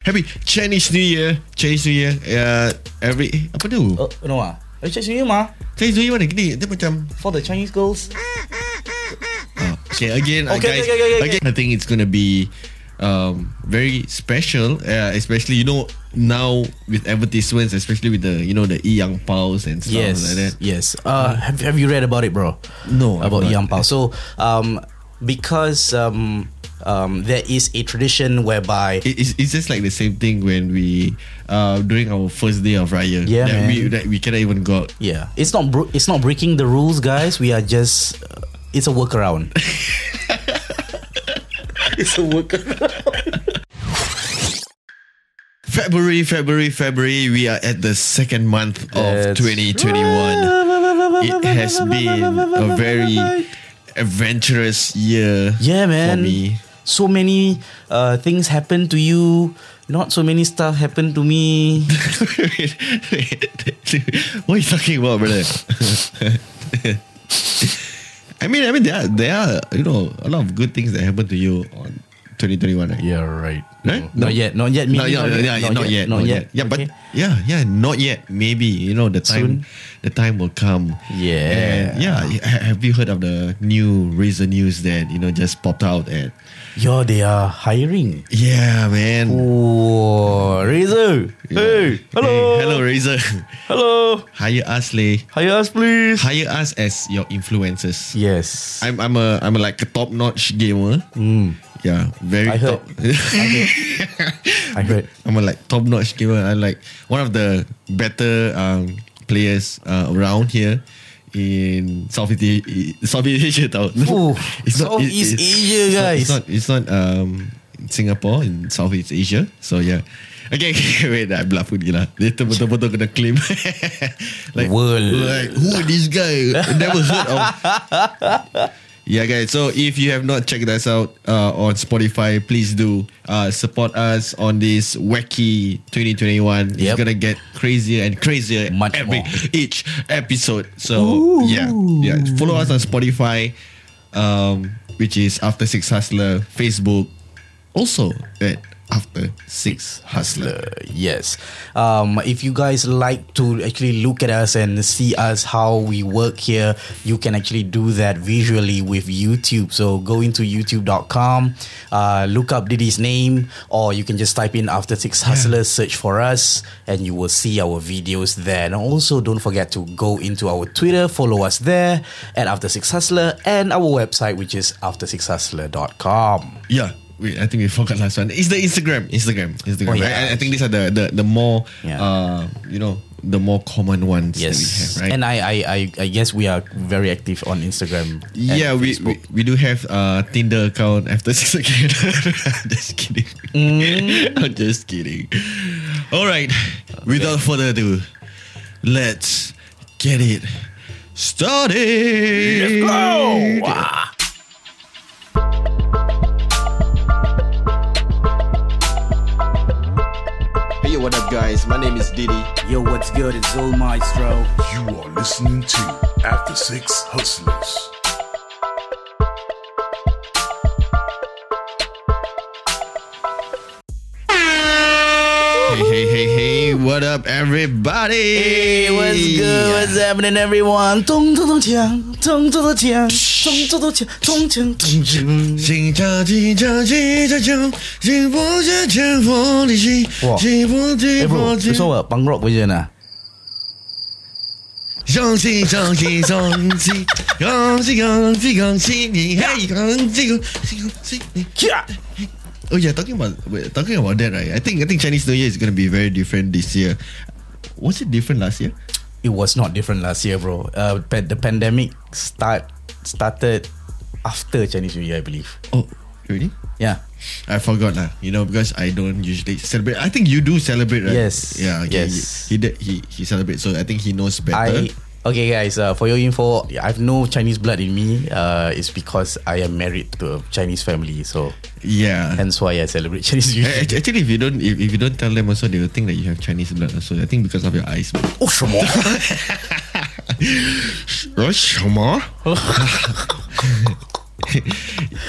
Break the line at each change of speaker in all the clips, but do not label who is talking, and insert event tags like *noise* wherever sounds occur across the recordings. Happy Chinese New Year Chinese New Year uh, Every eh, Apa tu
Oh, no ah. Eh, Chinese New Year mah.
Chinese New Year mana gini Dia macam
For the Chinese girls.
oh, Okay again uh,
Okay,
guys
okay, okay, okay,
Again I think it's gonna be um, Very special uh, Especially you know Now With advertisements Especially with the You know the E-Yang Paos And stuff like that
yes. Uh, have, have you read about it, bro?
No, I've not.
about Yang Pao. So, um, because um, um, there is a tradition whereby
It- it's, it's just like the same thing when we uh during our first day of Raya
Yeah,
that
man.
we that we cannot even go out.
yeah, it's not bro- it's not breaking the rules, guys. We are just uh, it's a
*laughs*
workaround. it's a workaround.
February, February, February. We are at the second month of
That's
2021. It has been a very adventurous year.
Yeah,
For
man.
me.
So many uh, things happen to you. Not so many stuff happened to me.
Wait, wait. *laughs* what are you talking about, brother? *laughs* I mean, I mean, there are, there are you know a lot of good things that happened to you on 2021. Right?
*laughs* Yeah, right.
Right? No.
Not yet. Not yet.
No,
maybe
yeah, yeah, yeah, Eh? not yet, not yet. Yeah, but
Okay.
yeah, yeah, not yet. Maybe you know the time, the time will come.
Yeah.
and yeah. ha- Have you heard of the new Razor news that you know just popped out? At
Yo, they are hiring.
yeah, man.
Oh, Razor. Hey, hello.
Hey, hello, Razor. *laughs*
Hello.
Hire us, leh.
Hire us, please.
Hire us as your influencers.
Yes.
I'm I'm a I'm a, like a top notch gamer. Yeah, very
Hmm. I heard.
top. *laughs*
I heard.
I'm a like top notch gamer. I'm like one of the better um, players uh, around here in Southeast Asia. Southeast Asia, tau. *laughs*
Ooh,
It's not- it-
Southeast
it's-
Oh, Asia,
it's not-
guys.
It's not it's not um Singapore in Southeast Asia. So yeah. Okay, *laughs* okay wait, I bluff pergi lah. Dia tu betul-betul kena claim. *laughs* like,
World.
like, who this guy? Never heard of. Yeah, guys. So if you have not checked us out uh, on Spotify, please do uh, support us on this wacky 2021. It's
Yep.
gonna get crazier and crazier
Much
every
more.
each episode. So yeah, yeah. Follow us on Spotify, um, which is After Six Hustler. Facebook, also at After Six Hustler.
Uh, yes. Um, if you guys like to actually look at us and see us how we work here, you can actually do that visually with YouTube. So go into youtube.com, uh, look up Diddy's name, or you can just type in After Six Hustlers, search for us, and you will see our videos there. And also, don't forget to go into our Twitter, follow us there at After Six Hustler, and our website, which is aftersixhustler.com.
Yeah. Wait, I think we forgot last one. It's the Instagram. Instagram. Instagram.
Oh,
I,
yeah.
I think these are the the, the more
Yeah.
uh you know the more common ones
Yes,
that we have, right?
and I, I, I, I guess we are very active on Instagram. and
yeah, we, we
Facebook.
we do have uh Tinder account after *laughs* six again. I'm just kidding. *laughs*
Mm.
I'm just kidding. All right. Without further ado, let's get it started. Hey, what up, guys? My name is Diddy.
Yo, what's good? It's Zul Maestro.
You are listening to After Six Hustlers.
Hey, hey, hey, hey! What up, everybody?
Hey, what's good? What's happening, everyone? 咚咚咚锵，咚咚咚锵，咚咚咚锵，咚锵咚锵。
心跳，心跳，心跳，心不是前方的心，
Wah.
心不是
Eh, bro,
我自-
you saw what? Punk rock version ah.
相信，相信，相信，相信，相信，相信你，嘿，相信，相信你。
Yeah.
Oh yeah, talking about wait, talking about that, right? I think I think Chinese New Year is gonna be very different this year. Was it different last year?
It was not different last year, bro. Uh, pa- the pandemic start started after Chinese New Year, I believe.
Oh, really?
Yeah.
I forgot lah. You know because I don't usually celebrate. I think you do celebrate, right?
Yes,
Yeah. Okay.
yes.
He he did- he, he celebrates, so I think he knows better.
I okay, guys. Uh, for your info, I've no Chinese blood in me. Uh, it's because I am married to a Chinese family, so
yeah.
hence why I celebrate Chinese New
A- *laughs*
Year.
act- Actually, if you don't if, if you don't tell them also, they will think that you have Chinese blood. Also, I think because of your eyes.
Oh, some more.
Rush, Omar. *laughs*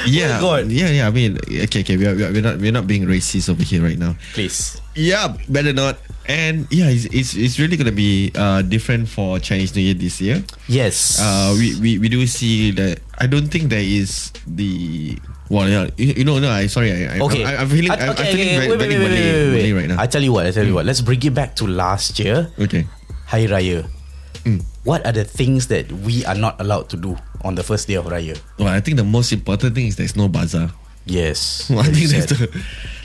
yeah,
Oh God.
yeah, yeah. I mean, okay, okay. We are, we are, we're not we're not being racist over here right now.
Please.
Yeah, better not. And yeah, it's it's, it's really gonna be uh, different for Chinese New Year this year.
Yes.
Uh, we, we we do see that. I don't think there is the well, yeah, you, you know, no. I sorry, I, I
Okay.
I, I'm feeling, I, am
okay,
feeling
okay,
very,
wait, wait,
very Malay,
wait, wait, wait, wait.
Malay right now. Mm.
I tell you what, I tell you what. Let's bring it back to last year,
okay.
Hari Raya.
Mm.
What are the things that we are not allowed to do on the first day of Raya?
Well, I think the most important thing is there's no bazaar. *laughs*
Yes.
Well, I
very
think that's the
sad.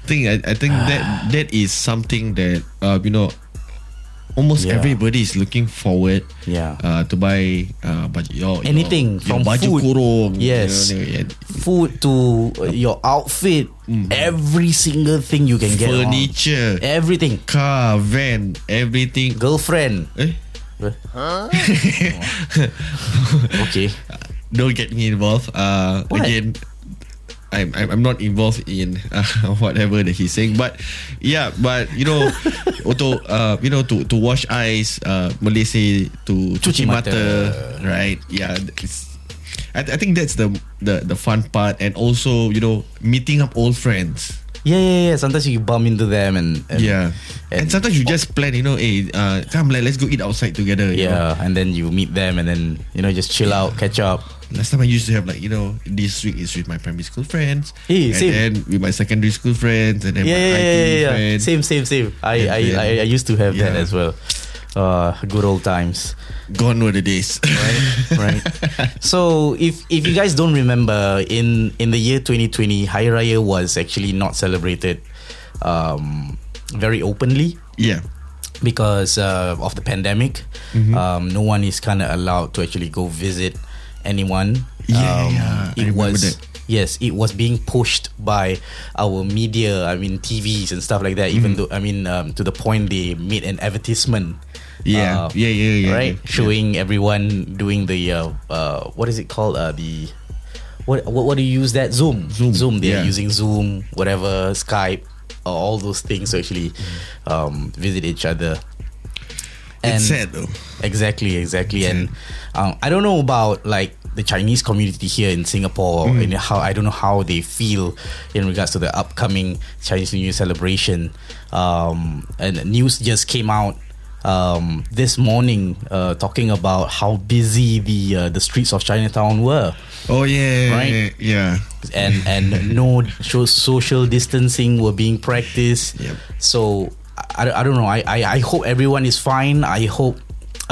thing. I, I think that that is something that uh, you know, almost
Yeah.
everybody is looking forward.
Yeah.
Uh, to buy uh, baju, your, your-
Anything
your
from
baju
food.
kurung. you
Yes.
know, yeah.
Food to uh, your outfit, every single thing you can get. on.
Mm. Furniture.
Everything.
car, van, everything. *laughs*
Girlfriend.
Eh? *laughs*
Okay.
Don't get me involved. Uh,
What?
again. I'm, I'm I'm not involved in uh, *laughs* whatever that he's saying, but yeah, but you know, auto uh, you know to to wash eyes, uh, Malay say to
Cuci
cuci
mata.
mata, right? Yeah, it's, I, I think that's the, the the fun part, and also you know meeting up old friends.
Yeah, yeah, yeah. Sometimes you bump into them and, and
yeah, and, sometimes you just plan, you know, hey, uh, come let let's go eat outside together. you know?
yeah, and then you meet them and then you know just chill out, catch up.
Last time I used to have like you know this week is with my primary school friends,
Eh,
and
same.
then with my secondary school friends, and then
Yeah,
my
yeah,
IT
yeah, yeah, yeah.
friends.
Same, same, same. I,
And
I,
then-
I, I used to have
Yeah.
that as well. Uh, good old times.
Gone were the days.
*laughs* right? So if if you guys don't remember, in in the year 2020, Hari Raya was actually not celebrated um, very openly
*laughs* yeah,
because uh, of the pandemic.
Mm-hmm.
Um, no one is kind of allowed to actually go visit anyone. Um,
Yeah, yeah, I
It
remember
was.
that.
Yes, it was being pushed by our media. I mean, TVs and stuff like that.
Mm-hmm.
Even though, I mean, um, to the point they made an advertisement. Uh,
Yeah, yeah, yeah, yeah,
Right,
yeah, yeah.
showing everyone doing the uh, uh, what is it called? Uh, the what, what what do you use that Zoom?
Zoom,
They're
yeah.
using Zoom, whatever Skype, uh, all those things to actually um, visit each other.
Mm-hmm.
And
it's sad though.
Exactly, exactly. And um, I don't know about like the Chinese community here in Singapore and how I don't know how they feel in regards to the upcoming Chinese New Year celebration. Um, and news just came out um, this morning uh, talking about how busy the uh, the streets of Chinatown were
Oh yeah,
Right?
Yeah,
and and no so- social distancing were being practiced.
Yep.
So I, I don't know. I, I I hope everyone is fine. I hope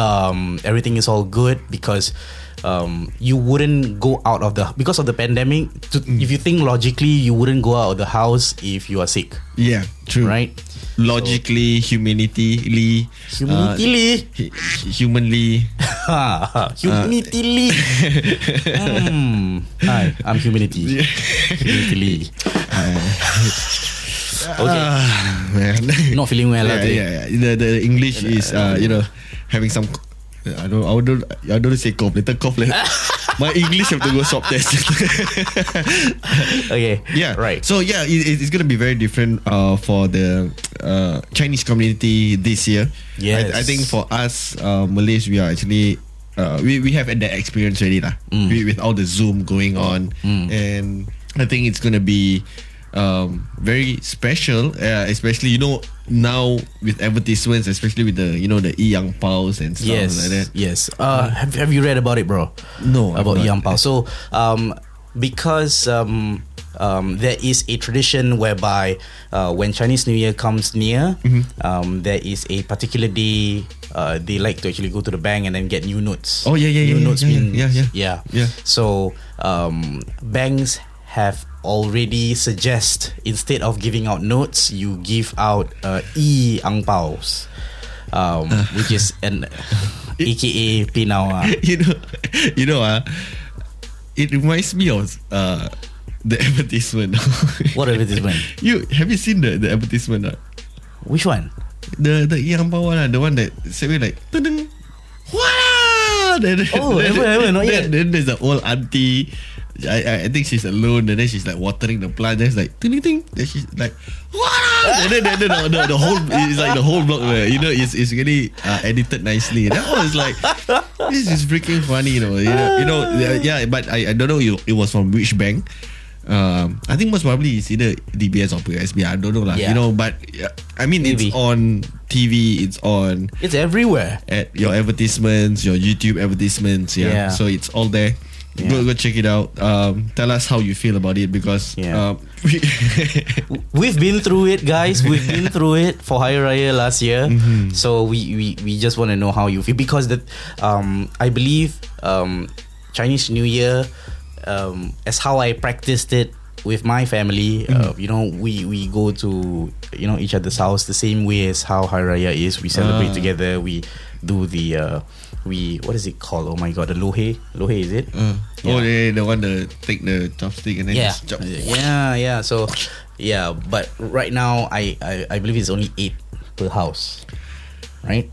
um, everything is all good because um, you wouldn't go out of the because of the pandemic. To, If you think logically, you wouldn't go out of the house if you are sick,
yeah, true.
right?
Logically, humanitily, uh,
Humanitily,
hu- humanly. *sighs*
humanitily. Uh, Hmm. Hi, I'm humanity. Humanitily. okay.
Ah, man.
*laughs*
*laughs*
Not feeling well lah
yeah,
today.
yeah, yeah. The the English is uh, you know having some. I don't. I don't. I don't say cough. Later cough. *laughs* Later. My English have to go swab *laughs* test.
Okay. *laughs*
Yeah.
Right.
So yeah, it, it- it's gonna be very different uh, for the uh, Chinese community this year.
Yes.
I, I think for us uh, Malays, we are actually uh, we we have had that experience already lah.
Mm.
We- with all the Zoom going on, and I think it's gonna be. Um, very special, uh, especially you know now with advertisements, especially with the you know the e young pals and stuff
yes,
like that.
Yes. Uh, have, have you read about it, bro?
No, I've
About
not.
Yang Pao. So, um, because um, um, there is a tradition whereby uh, when Chinese New Year comes near,
Mm-hmm.
um, there is a particular day uh, they like to actually go to the bank and then get new notes.
Oh, yeah, yeah, yeah,
new
yeah,
notes
yeah, yeah,
means-
yeah, yeah.
yeah.
Yeah.
So um, banks have already suggest instead of giving out notes, you give out uh, e ang paos, um, which is an aka pinaw. ah.
*laughs* you know, you know, uh, it reminds me of uh, the *laughs* advertisement.
What advertisement?
You have you seen the the advertisement? Uh?
Which one?
The the yang bawah lah, the one that say we like tudung. Wow! Then,
Oh,
then,
ever, ever, Oh, not
*laughs* then,
yet.
Then there's the old auntie I, I- I think she's alone and then she's like watering the plant. Then it's like ting ting ting. Then she's like water. And then, then, then the, the, the whole it's like the whole block. Where, you know, it's it's really uh, edited nicely. That was like this is freaking funny. You know, you know, you know yeah. yeah, But I, I don't know. You it was from which bank. Um, I think most probably it's either DBS or PSB. I don't know lah. You
Yeah.
know, but yeah, I mean it's
Maybe.
on TV. It's on
It's everywhere.
at your advertisements, your YouTube advertisements. Yeah.
Yeah.
So it's all there.
Yeah.
Go go check it out. Um, tell us how you feel about it because
Yeah.
um, *laughs* we
We've been through it, guys. We've been through it for Hari Raya last year.
Mm-hmm.
So we, we, we just want to know how you feel because the, um, I believe um, Chinese New Year, um, as how I practiced it with my family, uh,
Mm-hmm.
you know, we, we go to you know each other's house the same way as how Hari Raya is. We celebrate
Ah.
together. We do the uh, we what is it called? Oh my god, the lohe lohe is it?
uh, oh
Yeah.
yeah, the one that take the chopstick and then
yeah
just chop.
yeah yeah so yeah but right now I, I i believe it's only eight per house right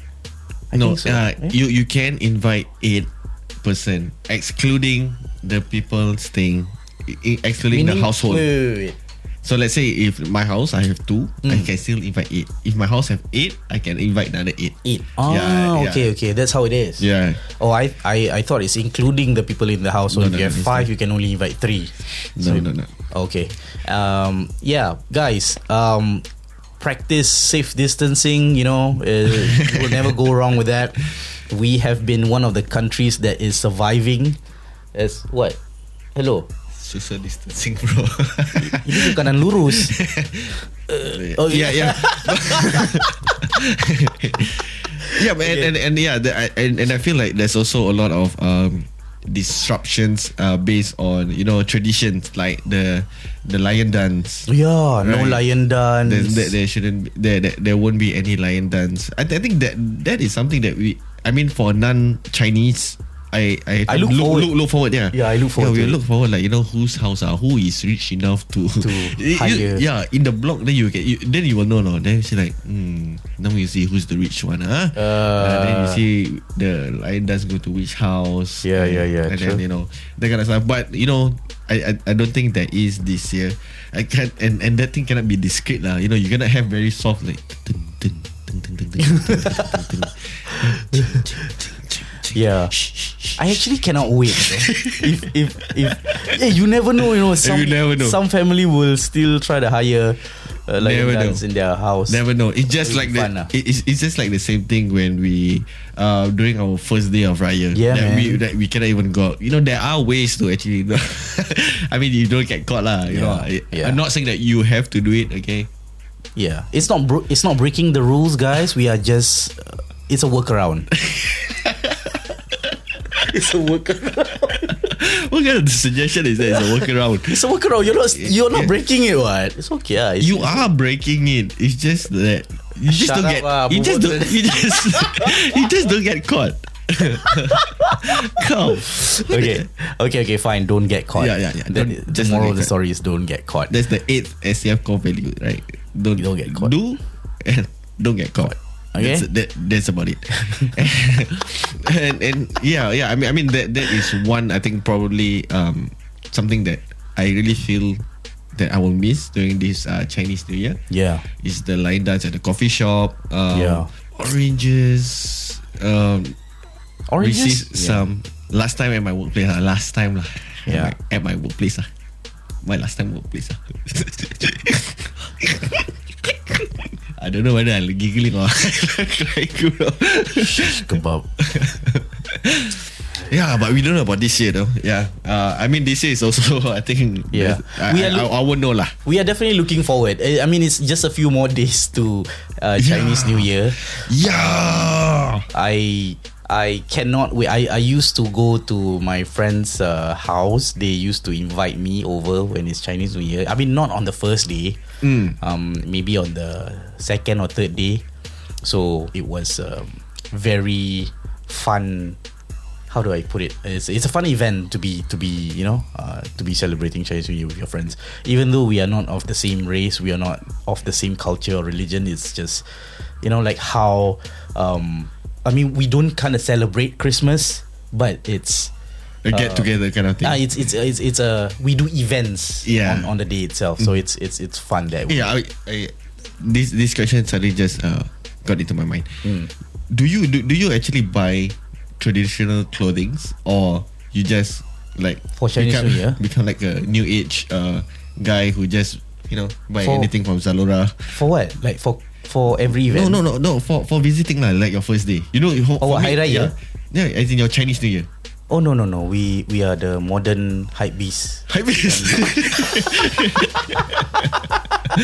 I
no,
think so,
uh,
right?
you you can invite eight person, excluding the people staying, i- i- excluding the
Meaning-
household.
wait, wait, wait, wait.
So let's say if my house I have two, I
Mm.
can still invite eight. If my house have eight, I can invite another eight.
eight oh
Yeah,
okay
yeah.
okay that's how it is
Yeah.
oh I, I i thought it's including the people in the house so
No, no,
if you
no,
have
it's
five you can only invite three
No, no, no.
okay um yeah guys um practice safe distancing you know uh, we'll never go wrong with that we have been one of the countries that is surviving as what hello
Social distancing, *laughs* bro.
ini bukan lurus oh,
yeah,
*laughs*
yeah. yeah, but and, and, and yeah, the, I- and, and I feel like there's also a lot of um, disruptions uh, based on you know traditions like the the lion dance.
yeah no
Right.
lion dance
There's, there, there shouldn't be- there, there there won't be any lion dance. I, th- I think that that is something that we. I mean, for non Chinese. I, I,
I look forward.
look, look forward yeah
Yeah, I look forward
yeah, we
to it.
look forward like you know whose house ah who is rich enough to,
To
*laughs* You-
hire.
yeah in the block then you get you, then you will know no then you see like hmm, now you see who's the rich one ah Ah, then you
Uh.
see the lion dance go to which house
Yeah, yeah, yeah,
and
true.
then you know that kind of stuff but you know I, I, I don't think that is this year I can't and, and that thing cannot be discreet lah you know you cannot have very soft like dun, dun, dun, dun, dun, dun, dun, dun, dun, dun.
*laughs* Yeah. I actually cannot
*laughs*
wait. though. if if if yeah, you never know, you know, some
You never know.
some family will still try to hire uh, like
Never know.
dance in their house.
Never know. It's just
Really
like
fun
the,
lah.
it- it's, it's just like the same thing when we uh during our first day of Raya.
Yeah,
that
man.
we that we cannot even go. out. You know, there are ways to actually *laughs* I mean you don't get caught lah, you
Yeah,
know. I-
yeah.
I'm not saying that you have to do it, okay?
Yeah, it's not bro- it's not breaking the rules, guys. We are just uh, it's
*laughs*
a workaround. it's a workaround.
*laughs* What kind of suggestion is that? It's a workaround.
It's a workaround. You're not you're not
Yeah.
breaking it, what? It's okay. ah. It's-
You are breaking it. It's just that you just
Shut
don't
up uh,
get
lah,
you just
move on
don't you just *laughs* you just don't get caught. *laughs* Come.
*laughs* okay. Okay. Okay. Fine. Don't get caught.
Yeah, yeah, yeah.
Then
Don't-
the
just don't
moral of the
get
story is don't get caught.
That's the eighth SCF core value, right? Don't,
You don't get caught.
Do and don't get caught.
Okay.
That's, that, that's about it. *laughs* and, and yeah, yeah. I mean, I mean that that is one. I think probably um something that I really feel that I will miss during this uh, Chinese New Year
yeah.
is the line dance at the coffee shop. Um,
Yeah.
Oranges. Um,
Oranges.
received some last time at my workplace. ah, last time lah. At
Yeah.
my, at my workplace lah. My last time workplace ah. lah. *laughs* I don't know whether I'm giggling or *laughs* crying. bro.
Kebab.
*laughs* yeah, but we don't know about this year though. Yeah, uh, I mean this year is also *laughs* I think.
Yeah.
I,
We
I,
are
I,
look-
I won't know lah.
We are definitely looking forward. I I mean, it's just a few more days to uh, Chinese New Year.
Yeah.
I I cannot wait. I, I used to go to my friend's uh, house. They used to invite me over when it's Chinese New Year. I mean, not on the first day. Um, maybe on the second or third day. So it was um, very fun. How do I put it? It's, it's a fun event to be to be you know uh, to be celebrating Chinese New Year with your friends. Even though we are not of the same race, we are not of the same culture or religion. It's just you know like how um, I mean we don't kind of celebrate Christmas, but it's
a get together kind of thing.
Nah, it's it's it's it's a we do events
Yeah.
on, on the day itself, so it's it's it's fun there.
yeah, I, I, this this question suddenly just uh, got into my mind.
Hmm.
Do you do, do you actually buy traditional clothings or you just like
For Chinese
become,
New Year?
*laughs* become like a new age uh, guy who just you know buy
For-
anything from Zalora?
For what? Like for for every
No,
event?
no, no, no. For for visiting lah, like your first day. You know, for,
Oh,
for me,
Hari
Yeah,
Raya?
yeah, as in your Chinese New Year.
Oh no no no. We we are the modern hype beast.
Hype beast.
*laughs*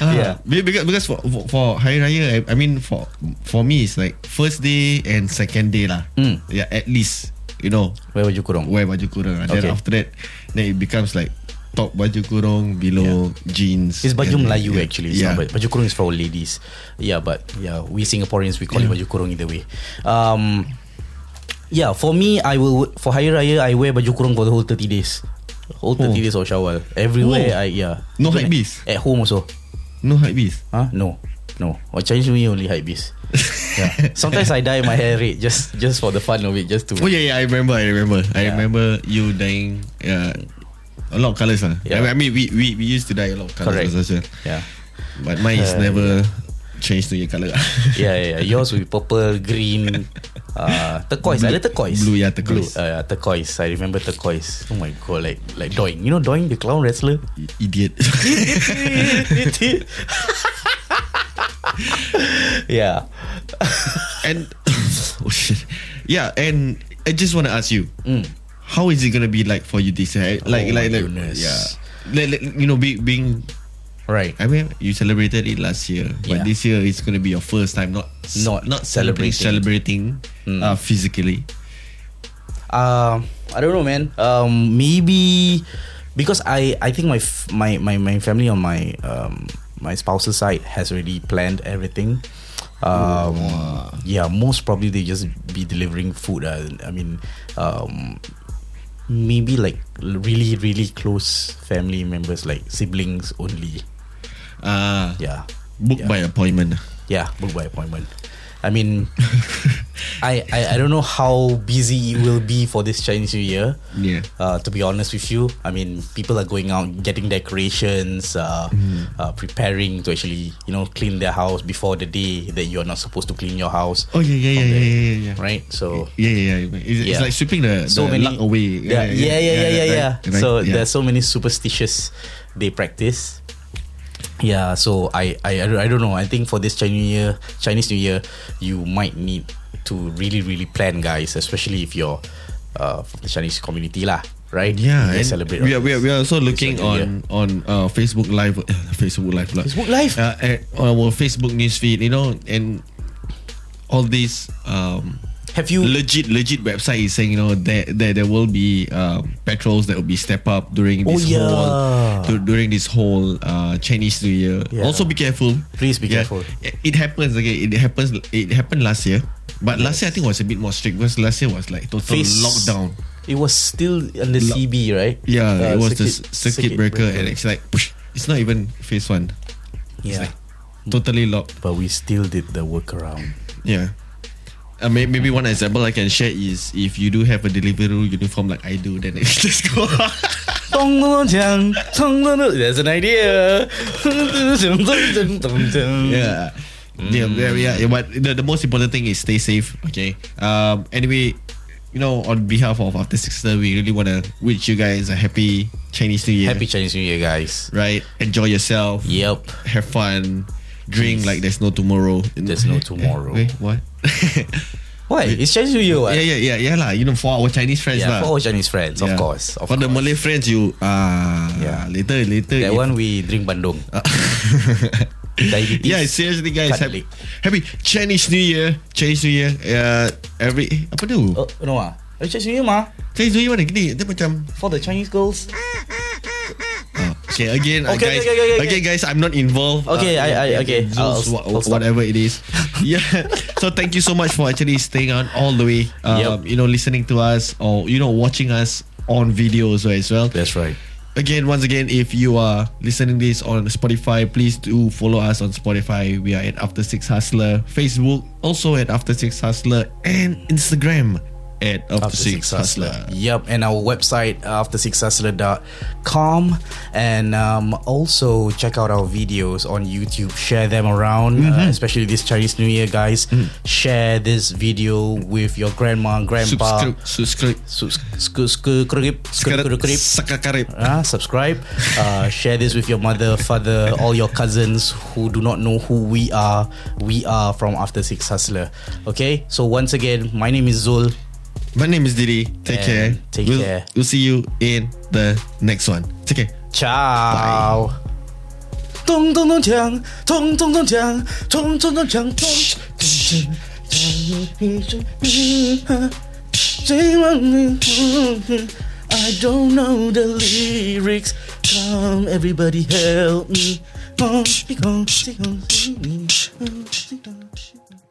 Yeah.
Be- Ah, because because for for, for Hari Raya, I, I mean for for me it's like first day and second day lah.
Mm.
Yeah, at least you know
Where were you kurung?
wear baju kurung. And Then
Okay.
after that, then it becomes like top baju kurung below jeans.
It's baju
and-
Melayu
yeah.
actually. It's
Yeah.
not baju, baju kurung is for ladies. Yeah, but yeah, we Singaporeans we call it baju kurung either way. Um, yeah, for me, I will for Hari Raya I wear baju kurung for the whole thirty days. Whole 30
Oh.
days of Shawwal. Everywhere
Oh.
I yeah.
No hype
Even
beast?
At home also.
No hype beast.
Huh? No. No. Or Chinese New Year only hype
*laughs*
beast. yeah. Sometimes I dye my hair red just just for the fun of it, just to
Oh yeah, yeah. I remember. I remember. I
Yeah.
remember you dying. Uh, a lot of colors, lah. I
Yeah.
mean, I mean, we, we we used to dye a lot of colors
Correct.
as well.
Yeah.
But mine is
Uh,
never changed to your color. *laughs*
Yeah, yeah, yeah. Yours will be purple, green, uh, turquoise.
Blue-
Ada turquoise.
blue, yeah, turquoise.
Blue, uh, yeah, turquoise. I remember turquoise. Oh my god, like like Doink. You know Doink, the clown wrestler.
*laughs*
*laughs*
Idiot.
yeah.
and *laughs* oh shit. Yeah, and I just want to ask you, how is it gonna be like for you this year? Like, like,
Mm. Oh my
like,
goodness.
yeah. Like, like, you know, be, being.
Right.
I mean, you celebrated it last year, but
Yeah.
this year it's gonna be your first time not s-
Not Mm.
not celebrating celebrating uh, physically.
Um, I don't know, man. Um, maybe because I I think my f- my my my family on my um my spouse's side has already planned everything. Um, yeah, most probably they just be delivering food. Uh, I mean, um, maybe like really really close family members, like siblings only.
Uh,
Yeah,
book by appointment.
yeah, book by appointment.
*laughs*
I mean, I, I I don't know how busy it will be for this Chinese New Year.
Yeah.
Uh, to be honest with you, I mean, people are going out getting decorations, uh,
Mm-hmm.
uh, preparing to actually you know clean their house before the day that you're not supposed to clean your house.
Oh yeah, yeah, yeah, yeah, yeah, yeah, yeah.
Right. So.
Yeah, yeah, yeah. It's, it's
Yeah.
like sweeping the,
So
the
many
luck away.
Yeah, yeah, yeah, yeah, yeah. yeah,
right, right,
so
yeah.
there's so many superstitious they practice. Yeah, so I, I I don't- I don't know. I think for this Chinese New Year, Chinese New Year, you might need to really really plan, guys. Especially if you're uh, from the Chinese community, lah. Right?
yeah,
They
and
celebrate.
we are,
on
we are,
this-
we are also
this
looking
Chinese
on on uh, Facebook Live, *laughs* Facebook Live, lah.
Facebook Live?
uh, at- on our Facebook newsfeed, you know, and all these um,
Year. Have you?
legit legit website is saying you know there there, there will be um, patrols that will be step up during
Oh,
this
yeah.
whole du- during this whole uh, Chinese New Year.
Yeah.
Also be careful.
Please be
Yeah.
careful.
It- It happens again. It happens. It happened last year, but last year I think was a bit more strict because last year was like total
face-
lockdown.
It was still under
Lock-
CB, right?
Yeah,
Uh,
it was the circuit, circuit breaker, and it's like psh, it's not even phase one.
Hmm. Yeah,
like- Totally locked.
but we still did the workaround.
Yeah. Uh, may- maybe one example I can share is if you do have a Deliveroo uniform like I do, then *laughs* it's just go.
咚咚锵，咚咚咚。That's an idea. 咚咚咚咚咚咚。
yeah.
Mm.
Yeah, yeah, yeah, yeah. But the, the most important thing is stay safe. Okay. Um. Anyway, you know, on behalf of After Sixer, we really wanna wish you guys a happy Chinese New Year.
Happy Chinese New Year, guys.
Right. Enjoy yourself.
Yep.
Have fun. Drink
Please.
like there's no tomorrow. Eh,
There's no tomorrow.
Wait, what? *laughs*
Why? It's Chinese New Year, what?
yeah, yeah, yeah, yeah, lah. You know, for our Chinese friends,
Yeah,
lah.
for all Chinese friends, of
Yeah.
course. Of
for the
course.
Malay friends, you ah
Yeah.
later later.
That
if-
one we drink bandung. *laughs* Diabetes.
yeah, seriously guys,
Cut
happy,
leg.
happy Chinese New Year, Chinese New Year. Uh, every eh, apa tu?
Oh, no ah. Eh, Chinese New Year mah?
Chinese New Year mana gini? Dia macam
For the Chinese girls.
oh, okay again, uh,
Okay,
guys,
okay, okay, okay,
again,
okay.
guys. I'm not involved. uh,
Okay, I- I- okay,
those
I'll-
wha-
I'll stop.
whatever it
*laughs*
is. yeah. So thank you so much for actually staying on all the way. Um,
Yep.
You know, listening to us or you know watching us on videos as well.
That's right.
again once again if you are listening this on spotify please do follow us on spotify we are at after six hustler facebook also at after six hustler and instagram at After, Six, Hustler.
Yep, and our website aftersixhustler.com and um, also check out our videos on YouTube. Share them around, uh,
Mm-hmm.
especially this Chinese New Year, guys.
Mm.
Share this video with your grandma,
Subscribe,
grandpa.
subscribe,
Subs- sc- sc- crib- sc- crib- crib.
subscribe,
Ah, subscribe, uh, *laughs* share this with your mother, father, all your cousins who do not know who we are. We are from After Six Hustler. Okay, so once again, my name is Zul.
My name is Didi. Take
And
care.
take
we'll,
care.
We'll see you in the next one. Take care.
Ciao. 咚咚咚锵，咚咚咚锵，咚咚咚锵，咚咚咚锵。I don't know the lyrics. Come, everybody, help me. Come, come, come, come, come, come.